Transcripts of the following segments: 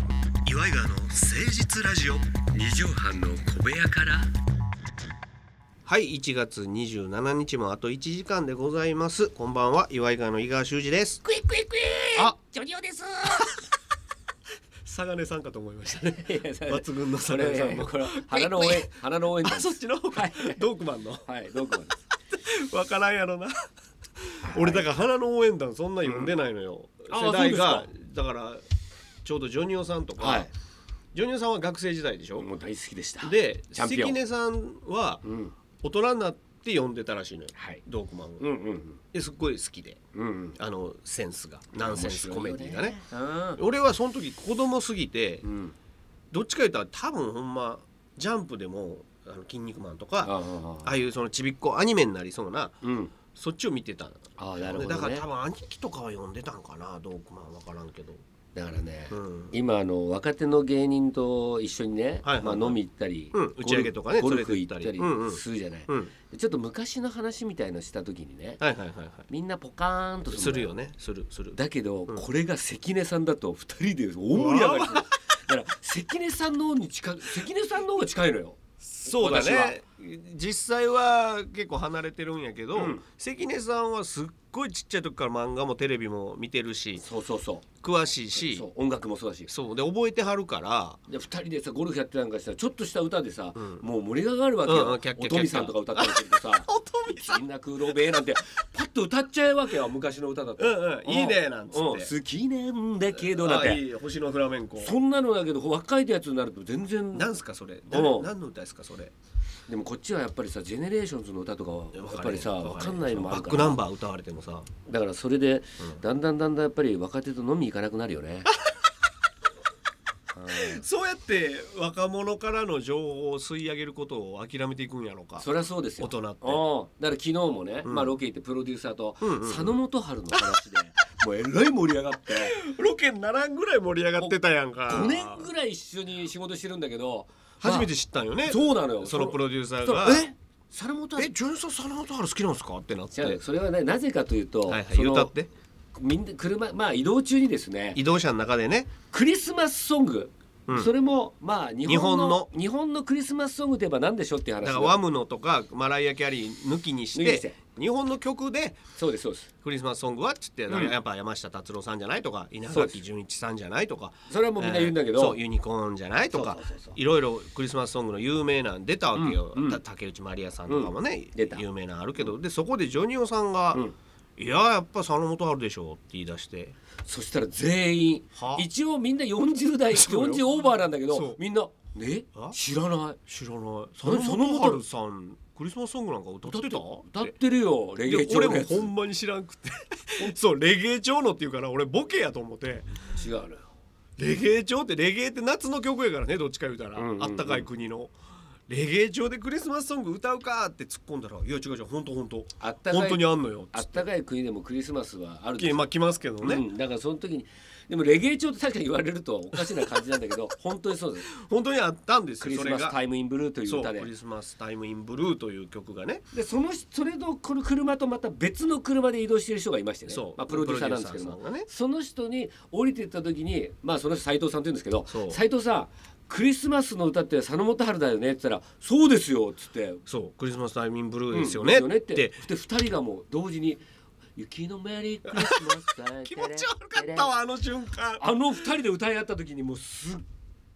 イガーの誠実ラジオ二畳半の小部屋からはい1月27日もあと1時間でございますこんばんは岩井川の井川修司ですクイクイクイあジョニオです佐賀根さんかと思いましたね 抜抜群のそ佐賀根れさはんもこれ花の応援花の応援あそっちの方か、はいドークマンのはいどうかわからんやろな俺だから花の応援団そんな読んでないのよ、あ世代がそだうからちょうどジョニオさんとか、はいジョニオさんは学生時代でしょ、もう大好きでしたでチャンピオン関根さんはうん大人になって読んでたらしいのよ、はいドークマンを、うんうんですっごい好きでうんうんあのセンスがナンセンスコメディがねうん俺はその時子供すぎてうんどっちか言ったら多分ほんまジャンプでも「あの筋肉マン」とかああああいうそのちびっこアニメになりそうなうんそっちを見てたのああなるほどねだから多分兄貴とかは読んでたんかなドークマン分からんけどだからねうん今あの若手の芸人と一緒にねはいはいまあ飲み行ったりうん打ち上げとかねゴル連フれ行てっったたりうりんうんするじゃないうんちょっと昔の話みたいのした時にねはいはいはいはみんなポカーンといのするよねするするだけど、んこれが関根さんだと二人で大盛り上がりするだから関根さんの方に近い関根さんの方が近いのよそうだ私はね実際は結構離れてるんやけど、うん関根さんはすっごいちっちゃい時から漫画もテレビも見てるしそうそうそ詳しいうしそそう音楽もそうだしうで覚えてはる からで二人でさゴルフやってなんかしたらちょっとした歌でさ、んもう盛り上がるわけよ、うんうんキャッキャキャッキおャとみさんとか歌ったりするとさ「おとみ「みんな空老べ」なんてパッと歌っちゃうわけよ昔の歌だと。うんうんいいね」なんつって、うん好きなんだけどなんあていい星のフラメンコそんなのだけど若いやつになると全然なんすかそれう何ん何の歌ですかそれでもこっちはやっぱりさジェネレーションズの歌とかはやっぱりさわ分かんないのもあバるッかクらナンバー歌われてもさだからそれで、だんだんだんだんやっぱり若手と飲み行かなくなる よね。うんそうやって若者からの情報を吸い上げることを諦めていくんやろうかそりゃそうですよ。大人ってうんだから昨日もね、うんまあロケ行ってプロデューサーとうんうんうん佐野元春の 話で、もうえらい盛り上が って、ロケにならんぐらい盛り上がってたやんか5年ぐらい一緒に仕事してるんだけど、初めまて知ったんよあねそうなのよ。そのプロデューサーそのがえ、佐野元え春。純さん佐野元春好きなんですかってなって違うそれはねなぜかというと、はいはいそ歌っのてみんな車まあ移動中にですね、移動車の中でねクリスマスソング、うんそれもまあ日本の日本の日本のクリスマスソングといえば何でしょうっていう話だなかのらワムノとかマライア・キャリー抜きにし抜きにしてて日本の曲でそうですそうですクリスマスソングはっつってんやっぱ山下達郎さんじゃないとか稲そうです垣潤一さんじゃないとかそれはもうみんな言うんだけえーど、そうユニコーンじゃないとかそうそうそうそういろいろクリスマスソングの有名なの出たわけよ、うんうんた竹内まりやさんとかもね、出た有名なのあるけどでそこでジョニオさんが「うんいややっぱ佐野元春でしょ」って言い出してそしたら全員は一応みんな40代そうよ40オーバーなんだけそどうみんな「えあ知らない「知らない佐その野元春さんクリスマスソングなんか歌っ歌ってた?」てた歌っっててるよレゲエで調俺のもやつほんまに知らん くてそうレゲエ調のっていうから俺ボケやと思って違うのよレゲエ調ってレゲエって夏の曲やからねどっちか言うたら、うんうんうんあったかい国のレゲエ調でクリスマスソング歌うかって突っ込んだら「いや違う違う本当本当あったか本当にいあんのよ」あったかい国でもクリスマスはあるんですきよまあ来ますけどね、うん、だからその時にでもレゲエ調って確かに言われるとおかしな感じなんだけど 本当にそうです本当にあったんですクよリそスれマスがタイムインブルーというそう歌でクリスマスタイムインブルーという曲がねでその人それのこの車とまた別の車で移動してる人がいましてねそうまあ、プロデューサーなんですけどプもロデューサーさんがねその人に降りてった時にまあその人斉藤さんって言うんですけどそう斉藤さんクリスマスの歌って佐野元春だよねって言ったら「そうですよ」っつってそうクリスマスタイムインブルー「ですよね、うんってで2人がもう同時に「雪のメリークリスマスだよ」 気持ち悪かったわあの瞬間あの2人で歌い合った時にもうすっ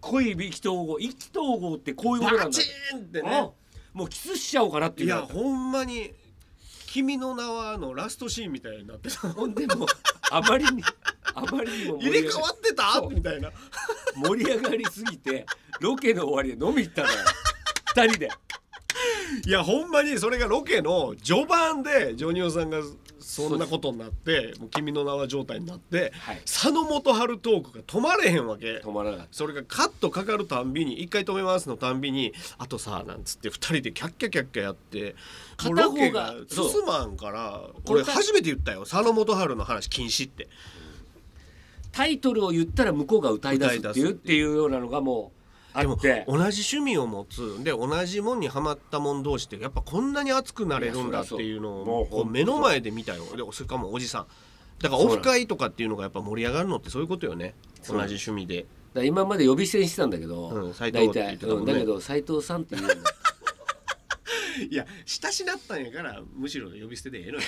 ごい意気投合意気投合ってこういうことなバんだチーンってあねもうキスしちゃおうかなっていいうやほんまに「君の名は」のラストシーンみたいになってた ほんでもうあまりにあまりにも盛入りれ上替がわってたそうみたいな盛り上がりすぎてロケの終わりで飲み行ったのよ2人でいやほんまにそれがロケの序盤でジョニオさんがそんなことになって「もう君の名は」状態になって、はい佐野元春トークが止まれへんわけ止まらなかっそれがカットかかるたんびに一回止めますのたんびにあとさなんつって二人でキャッキャキャッキャやってもう片ロ方ケがが進まんからそう俺初めて言ったよ佐野元春の話禁止ってたタイトルを言ったら向こうが歌い出すっていう歌い出すっていうようなのがもうあでもっ同てじ趣味を持つで同じもんにはまったもん同士ってやっぱこんなに熱くなれるんだっていうのいやそりゃそうもうをこう目の前で見たよでそれかもおじさんだからオフ会とかっていうのがやっぱ盛り上がるのってそういうことよねそう同じ趣味でら今まで呼び捨てにしてたんだけど、うん斉藤大って体言ってたもんねうんだけど斉藤さんってい うんだいや親しなったんやからむしろ呼び捨てでええのよ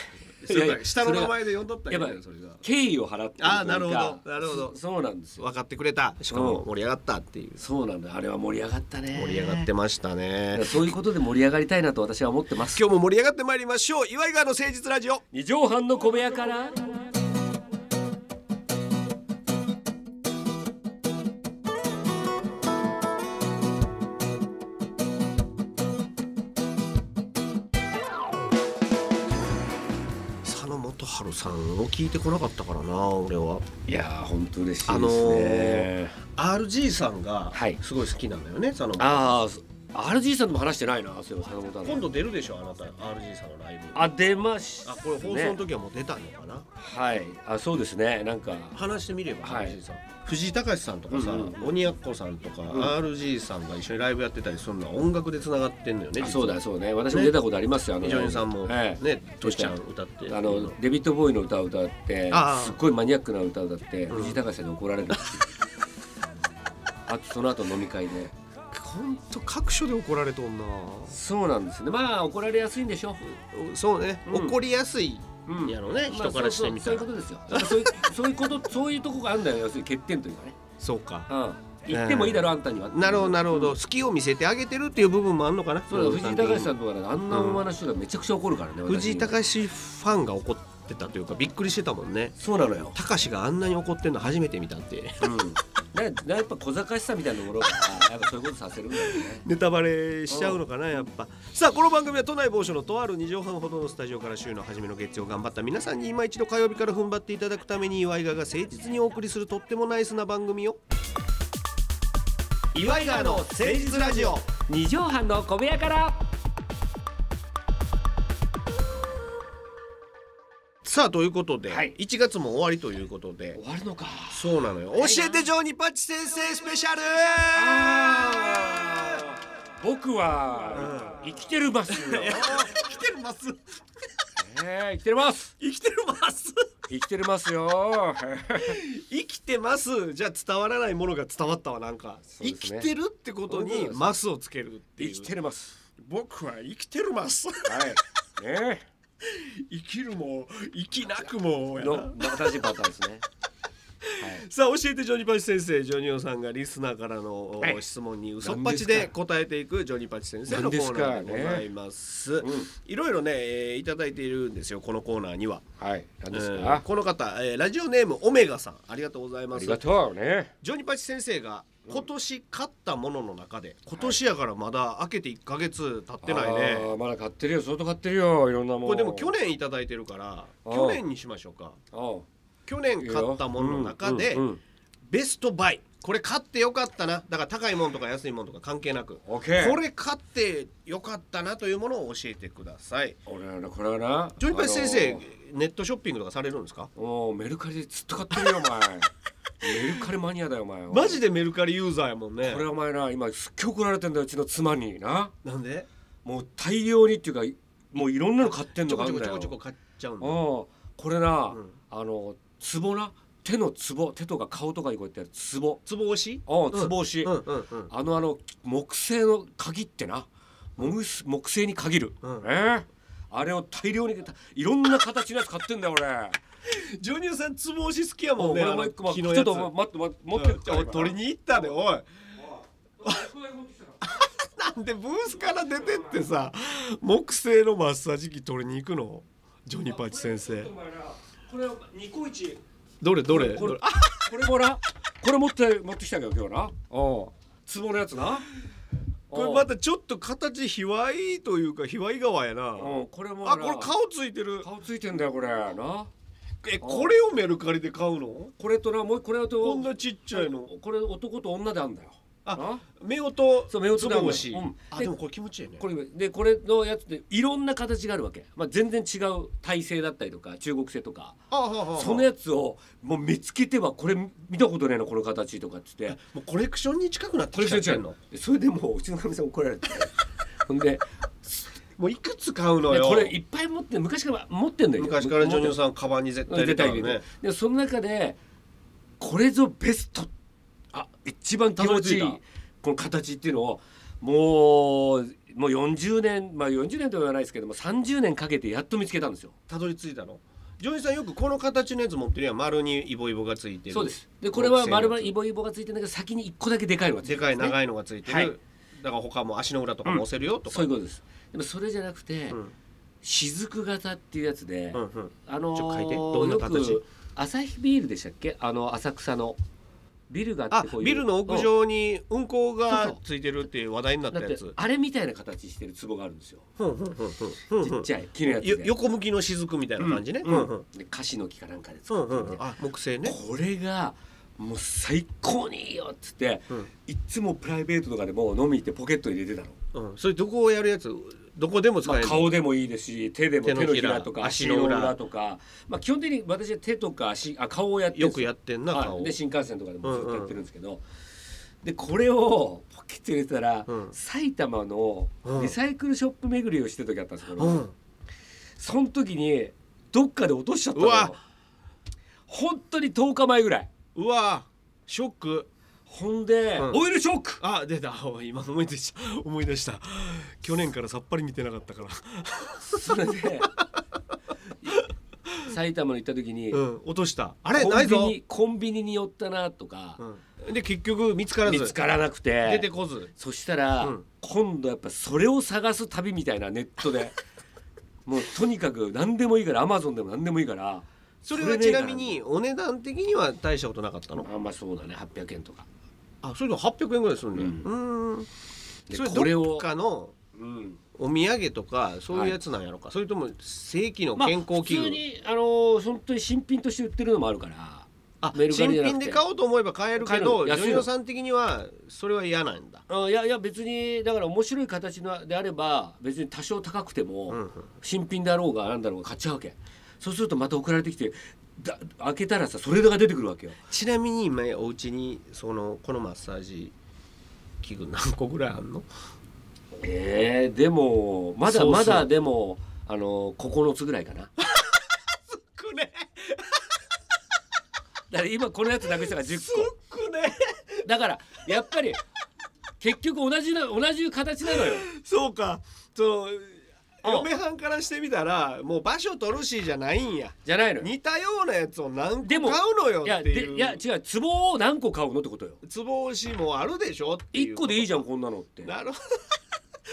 そいやいやれが下の名前で呼んどったんやかやっらぱそれが敬意を払ってあーなるほどなるほどそそうなんですよ分かってくれたしかも盛り上がったっていうそうなんだあれは盛り上がったね盛り上がってましただねからそういうことで盛り上がりたいなと私は思ってます今日も盛り上がってまいりましょう岩井川の誠実ラジオ二畳半の小部屋から佐野元春さんを聞いてこなかったからな俺はいやー本当嬉しいですね、あのー RG さんがはいすごい好きなのよね、佐野元春ああそ RG さんとも話してないなそういえば坂本さん今度出るでしょあなた RG さんのライブあ出ました、あね、これ放送の時はもう出たのかなはいあそうですねなんか話してみれば、はい RG さん藤井隆さんとかさ、うん鬼奴さんとか、ん RG さんが一緒にライブやってたりするのは音楽でつながってんのよねあそうだだそうね私も出たことありますよ、あ伊の集院さんもえねえトシちゃん歌ってあのデビッド・ボーイの歌を歌ってああすっごいマニアックな歌を歌ってん藤井隆さんに怒られ るっていうあとその後飲み会で本当各所で怒られとんなそうなんですねまあ怒られやすいんでしょそうね、うん怒りやすいうんやろね、まあ人からしてみたらそうそうそういうことですよそういうそういうことそういうとこがあるんだよ要するに欠点というかね、そうかうん、言ってもいいだろ、あんたにはなるほどなるほど、好きを見せてあげてるっていう部分もあんのかなそうだ藤井隆さんんとかねあんな馬の人がめちゃくちゃ怒るからね、私藤井隆ファンが怒ってたというかびっくりしてたもんねそうなのよ、隆があんなに怒ってんの初めて見たってうん、 ななやっぱ小賢しさみたいなところがさやっぱそういうことさせるんだよね ネタバレしちゃうのかなやっぱさあこの番組は都内某所のとある2畳半ほどのスタジオから週の初めの月曜頑張った皆さんに今一度火曜日から踏ん張っていただくために岩井川が誠実にお送りするとってもナイスな番組よ岩井川の誠実ラジオ二畳半の小部屋からさあということで、はい1月も終わりということで終わるのかそうなのよ教えてジョーニーパッチ先生スペシャル僕は生きてるま すよ、ね生きてるますえ生きてるます生きてるます生きてるますよ 生きてますじゃ伝わらないものが伝わったわなんか、う生ですきねてるってことそういうことにですマスをつけるってい生うきてるます僕は生きてるますはいね生きるも生きなくもえやのな新しいパターンですねさあ教えてジョニーパチ先生ジョニオさんがリスナーからのはいお質問に嘘っぱちで答えていくジョニーパチ先生のコーナーでございますですかねいろいろねえーいただいているんですよこのコーナーにははい、はい、何ですえかー、この方えーラジオネームオメガさんありがとうございあまりすがとうねジョニパチ先生が今年買ったものの中で、今年やからまだ開けて1ヶ月経ってないねあーまだ買ってるよ相当買ってるよいろんなもんこれでも去年いただいてるからー去年にしましょうかあ去年買ったものの中で、うんうんうんベストバイこれ買ってよかったなだから高いものとか安いものとか関係なくオこッケーれ買ってよかったなというものを教えてください俺はなこれはなジョニパチ先あ生、のーネットショッピングとかされるんですかもうメルカリでずっと買ってるよお 前メルカリマニアだよお前マジででメルカリユーザーやもんねこれお前な今すっげえ怒られてんだようちの妻にななんでもう大量にっていうかもういろんなの買ってんちのょがこあちるょんこちょこだよちょこ買っちゃうんだうんこれな、うんあのツボな手のツボ手とか顔とかにこうやってツボつぼ押しうんツボ押し、うんうんうんあのあの木製の鍵ってな木す木製に限る、うんえーあれを大量にたいろんな形のやつ買ってんだよ 俺。ジョニオさんつぼ押し好きやもんね。俺あもの一個まあ木ちのょやつっとま待って待って持ってくからうん取 りに行ったでおい。なんでブースから出てってさ木製のマッサージ機取りに行くのジョニーパチ先生これニコイチどれどれこどれれあこれもなこれ持って持ってきたんだよ今日なおツボのやつなこれまたちょっと形卑猥というか卑猥側やなおうこれもなあこれ顔ついてる顔ついてんだよこれなえこれをメルカリで買うのこれとなもうこれとこんなちっちゃいのこれ男と女であんだよあな夫婦そう夫婦つだもんぼ押しうんあでもこれ気持ちいいねこれでこれのやつでいろんな形があるわけ、まあ、全然違う体勢だったりとか中国製とかあはあはあそのやつをもう見つけてはこれ見たことねえなこの形とかっつってもうコレクションに近くなってこれきちゃっちゃてうんののそれでもううちのかみさん怒 られてほんでもういくつ買うのでよこれいっぱい持って昔から持ってんだよ昔からジョニオんさんカバンに絶対入出れたたりよねでその中でこれぞベストあ一番気持ちいいたどり着いこの形っていうのをもうもう40年まあ40年とは言わないですけども30年かけてやっと見つけたんですよ。たどり着いたのジョージさんよくこの形のやつ持ってるやん丸にイボイボがついてるそうですでこれは丸々イボイボがついてるんだけど先に1個だけでかいのがついてでるかんいすね長いのがついてる、はいだから他も足の裏とかも押せるよとか、そういうことですでもそれじゃなくて、うん雫型っていうやつで、うんうんあのーちょっと書いてどんな形よく朝日ビールでしたっけあの浅草のビルがあっあてこういうビルの屋上に運行がついてるっていう話題になっだたっやてつあれみたいな形してる壺があるんですよふんふんふんふんふちんっちゃい木のやつでよ横向きの雫みたいな感じね、うんうんうんでカシの木かなんかでう作んってうみんてうんあ木製ねこれがもう最高にいいよっつって、うんいっつもプライベートとかでも飲み行ってポケットに入れてたの、うん、それどこをやるやつどこでも使まえあ、る、顔でもいいですし手でも手手ののひらひらとか足足のの裏裏とか、まあ、基本的に私は手とか足あ顔をやってるよんですくよやってんなはい顔で新幹線とかでもずっうんうとんやってるんですけど、でこれをポケット入れてたら、うん埼玉のうんリサイクルショップ巡りをしてる時あったんですけど、うん、その時にどっかで落としちゃったうわの本当に10日前ぐらいうわショックほんで、うんオイルショックあ出たおい今思い出した思い出した去年からさっぱり見てなかったから、そ れで埼玉に行った時に、うん、落としたあれコないンビぞ、ニコンビニに寄ったなとか、うん、で結局見つからず見つからなくて出てこずそしたら、うん今度やっぱそれを探す旅みたいなネッ トでもうとにかく何でもいいからアマゾンでも何でもいいからそれはちなみにお値段的には大したことなかったのあんまあそうだね800円とか、あそれでも800円ぐらいするねうんうんんでそれこれをどっかのうん、お土産とかそういうやつなんやろか、それとも正規のまあ健康普器具、通にあのー本当に新品として売ってるのもあるからあメルカ新リじゃなくて品で買おうと思えば買えるけどジョ買える安いのニオさん的にはそれは嫌なんだ、あいやいや別にだから面白い形のであれば別に多少高くても、うんうん新品だろうがなんだろうが買っちゃうわけそうするとまた送られてきてだ開けたらさそれが出てくるわけよちなみに今お家にそのこのマッサージ器具何個ぐらいあんのえー、でもまだそうそうまだでもあの9つぐらいかなだくねから今このやつなくしたから10個くねだからやっぱり結局同じな同じ形なのよそうかそのあ嫁はんからしてみたらもう場所取るしじゃないんやじゃないのよ似たようなやつを何個買でうものよいっやてでいやいう違う壺を何個買うのってことよつぼ押しもあるでしょっていう1個でいいじゃゃんこんなのってなるほ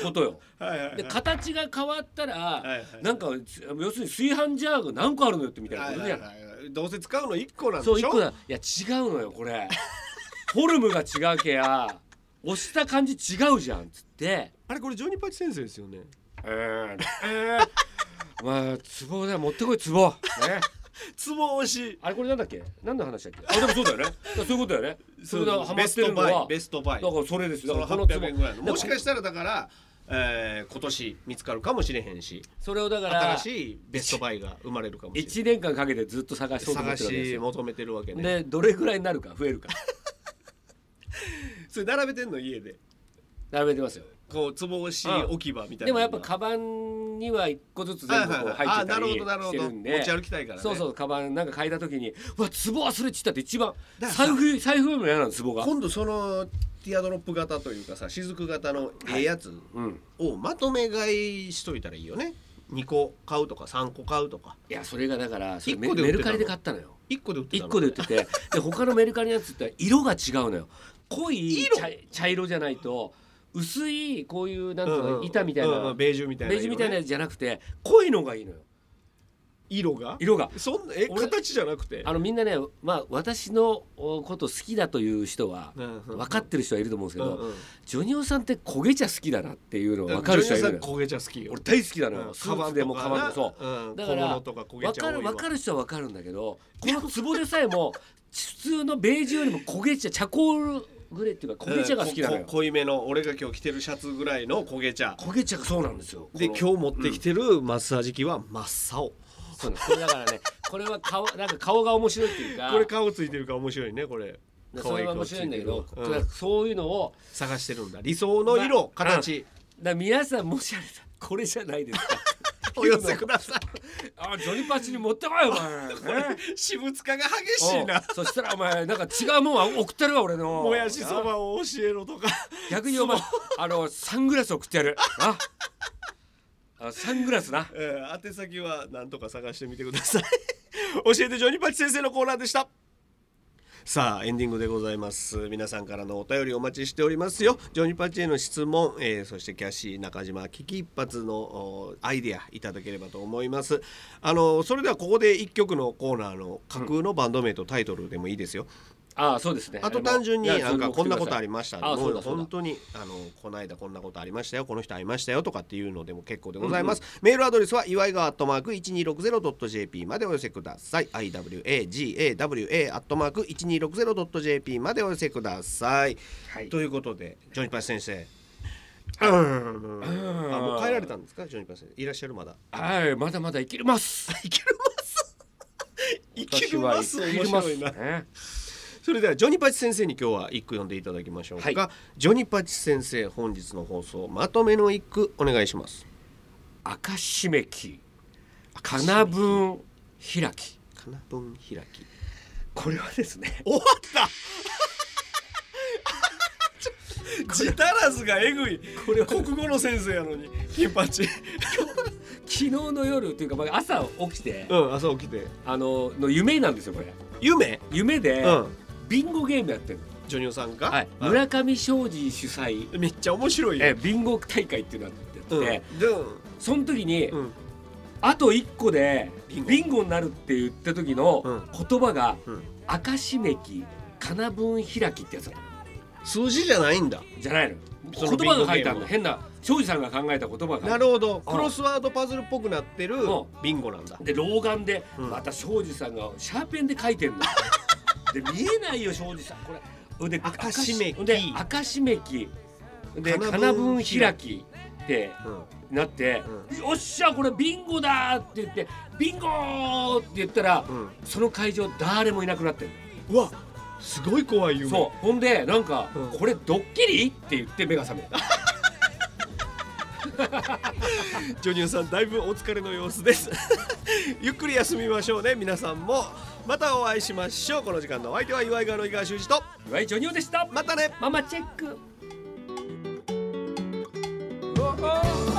ことよどはいはいはいで形が変わったら、いはいなんか要するに炊飯ジャーが何個あるのよってみたいなはこいとはいじゃはんいどうせ使うの1個なんでしそょう一個だいや違うのよこれ フォルムが違うけや押した感じ違うじゃんっつってあれこれジョニーパチ先生ですよねえー、まあツボだよ持ってこいツボねつぼ押しあれこれなんだっけ何の話だっけあでもそうだよ ねだからそういうことだよねそれだハマベっスてるトのバイはベストバイだからそれですよそだのからこの800ツ円ぐらいのボもしかしたらだから、えー、今年見つかるかもしれへんしそれをだから新しいベストバイが生まれるかもしれない1年間かけてずっと探しそうと思っ探てるわけですしよ求めてるわけねでどれぐらいになるか増 えるかそれ並べてんの家で並べてますよこうつぼ押しうん置き場みたいなでもやっのがぱカバンには一個ずつ全部こう入ってはいはいはいあたなるほりどなるしほてどるんで持ち歩きたいからねそうそうカバンなんか買いた時にうわ壺忘れちったって一番だからさ財布財布よりも嫌なの壺が今度そのティアドロップ型というかさ雫型のええやつうんをまとめ買いしといたらいいよね2個買うとか3個買うとかいやそれがだからそれ一メ個で売っメてたのルカリで買ったのよ1個で売ってた一の個で売っててで他のメルカリのやつって色が違うのよ濃い色茶茶色じゃないと薄いこういうなんていううんの、うん板みたいな、うんうんベージュみたいなベージュみたい色ねなやつじゃなくて濃いのがいいのよ色が色がそんなえ俺形じゃなくてあのみんなねまあ私のおこと好きだという人は分かってる人はいると思うんですけど、うんうんジョニオさんって焦げ茶好きだなっていうの分かる人はいるのよジョニオさん焦げ茶好きよ俺大好きなのうよんスーツでもカバンでもそうなうんだから小物とか焦げ分茶か多るいわ分かる人は分かるんだけどこの壺でさえも普通のベージュよりも焦げ茶茶香グレーっていうか焦げ茶が好きなのうんよこ濃いめの俺が今日着てるシャツぐらいの焦げ茶焦げ茶がそうなんですよで今こ日持ってきてるマッサージ機は真っ青のそうなんですこれだからねこれは顔なんか顔が面白いっていうかこれ顔ついてるから面白いねこれで可そ愛れいは顔面つい白ていんだけるわど、うんだからそういうのを探してるんだ理想の色まあ形だから皆さんもしあれだこれじゃないですかお寄せくだ さあジョニパチに持ってこ いお前、ね、い私物化が激しいなおそしたらお前なんか違うもんは送ってるわ俺のもやしそばを教えろとか逆にお前あのサングラス送ってやるああサングラスなえー、宛先はなんとか探してみてください 教えてジョニーパチ先生のコーナーでしたさあエンディングでございます皆さんからのお便りお待ちしておりますよジョニーパチへの質問、えーそしてキャシー中島危機一髪のおアイデアいただければと思いますあのそれではここで一曲のコーナーの架空のバンド名とタイトルでもいいですよ、あそうですねあと単純になんかこんなことありまましたあもそううだそうだ本当にあのこの間こんなことありましたよこの人会いましたよとかっていうのでも結構でございます、メールアドレスは祝いがアットマーク 1260.jp までお寄せください iwagawa アットマーク 1260.jp までお寄せください、はいということでジョニパチ先生うーんあもう帰られたんですかジョニパチ先生いらっしゃるまだはいまだまだ生きれます いけるますいけるます私は面白いなねそれではジョニパチ先生に今日は一句読んでいただきましょうか、はジョニパチ先生本日の放送まとめの一句お願いします赤しめき金分開きかなぶん開きこれはですね終わ った自足らずがえぐいこれは国語の先生やのに金パチ昨日の夜というかまあ朝起きてうん朝起きてあのの夢なんですよこれ夢夢でうんビンゴゲームやってるジョニオさんが、はいあ村上庄司主催めっちゃ面白いよえビンゴ大会っていうのやってうんてでその時にうんあと1個でビンゴビンゴになるって言った時のうん言葉がうん「赤しめき金分開き」ってやつだった数字じゃないんだじゃないのその言葉が書いてあるビンゴゲームの変な庄司さんが考えた言葉がなるほどあクロスワードパズルっぽくなってるうんビンゴなんだで老眼でうんまた庄司さんがシャーペンで書いてんので見えないよ庄司さんこれほんで赤しめきで赤しめきで金分金分開きってうんなって「よっしゃこれビンゴだ!」って言って「ビンゴ!」って言ったらうんその会場誰もいなくなってるうわすごい怖い夢そうほんでなんかうん「これドッキリ?」って言って目が覚めたジョニオさんだいぶお疲れの様子です ゆっくり休みましょうね皆さんもまたお会いしましょうこの時間のお相手は岩井川の井川修司と岩井ジョニオでしたまたねママチェック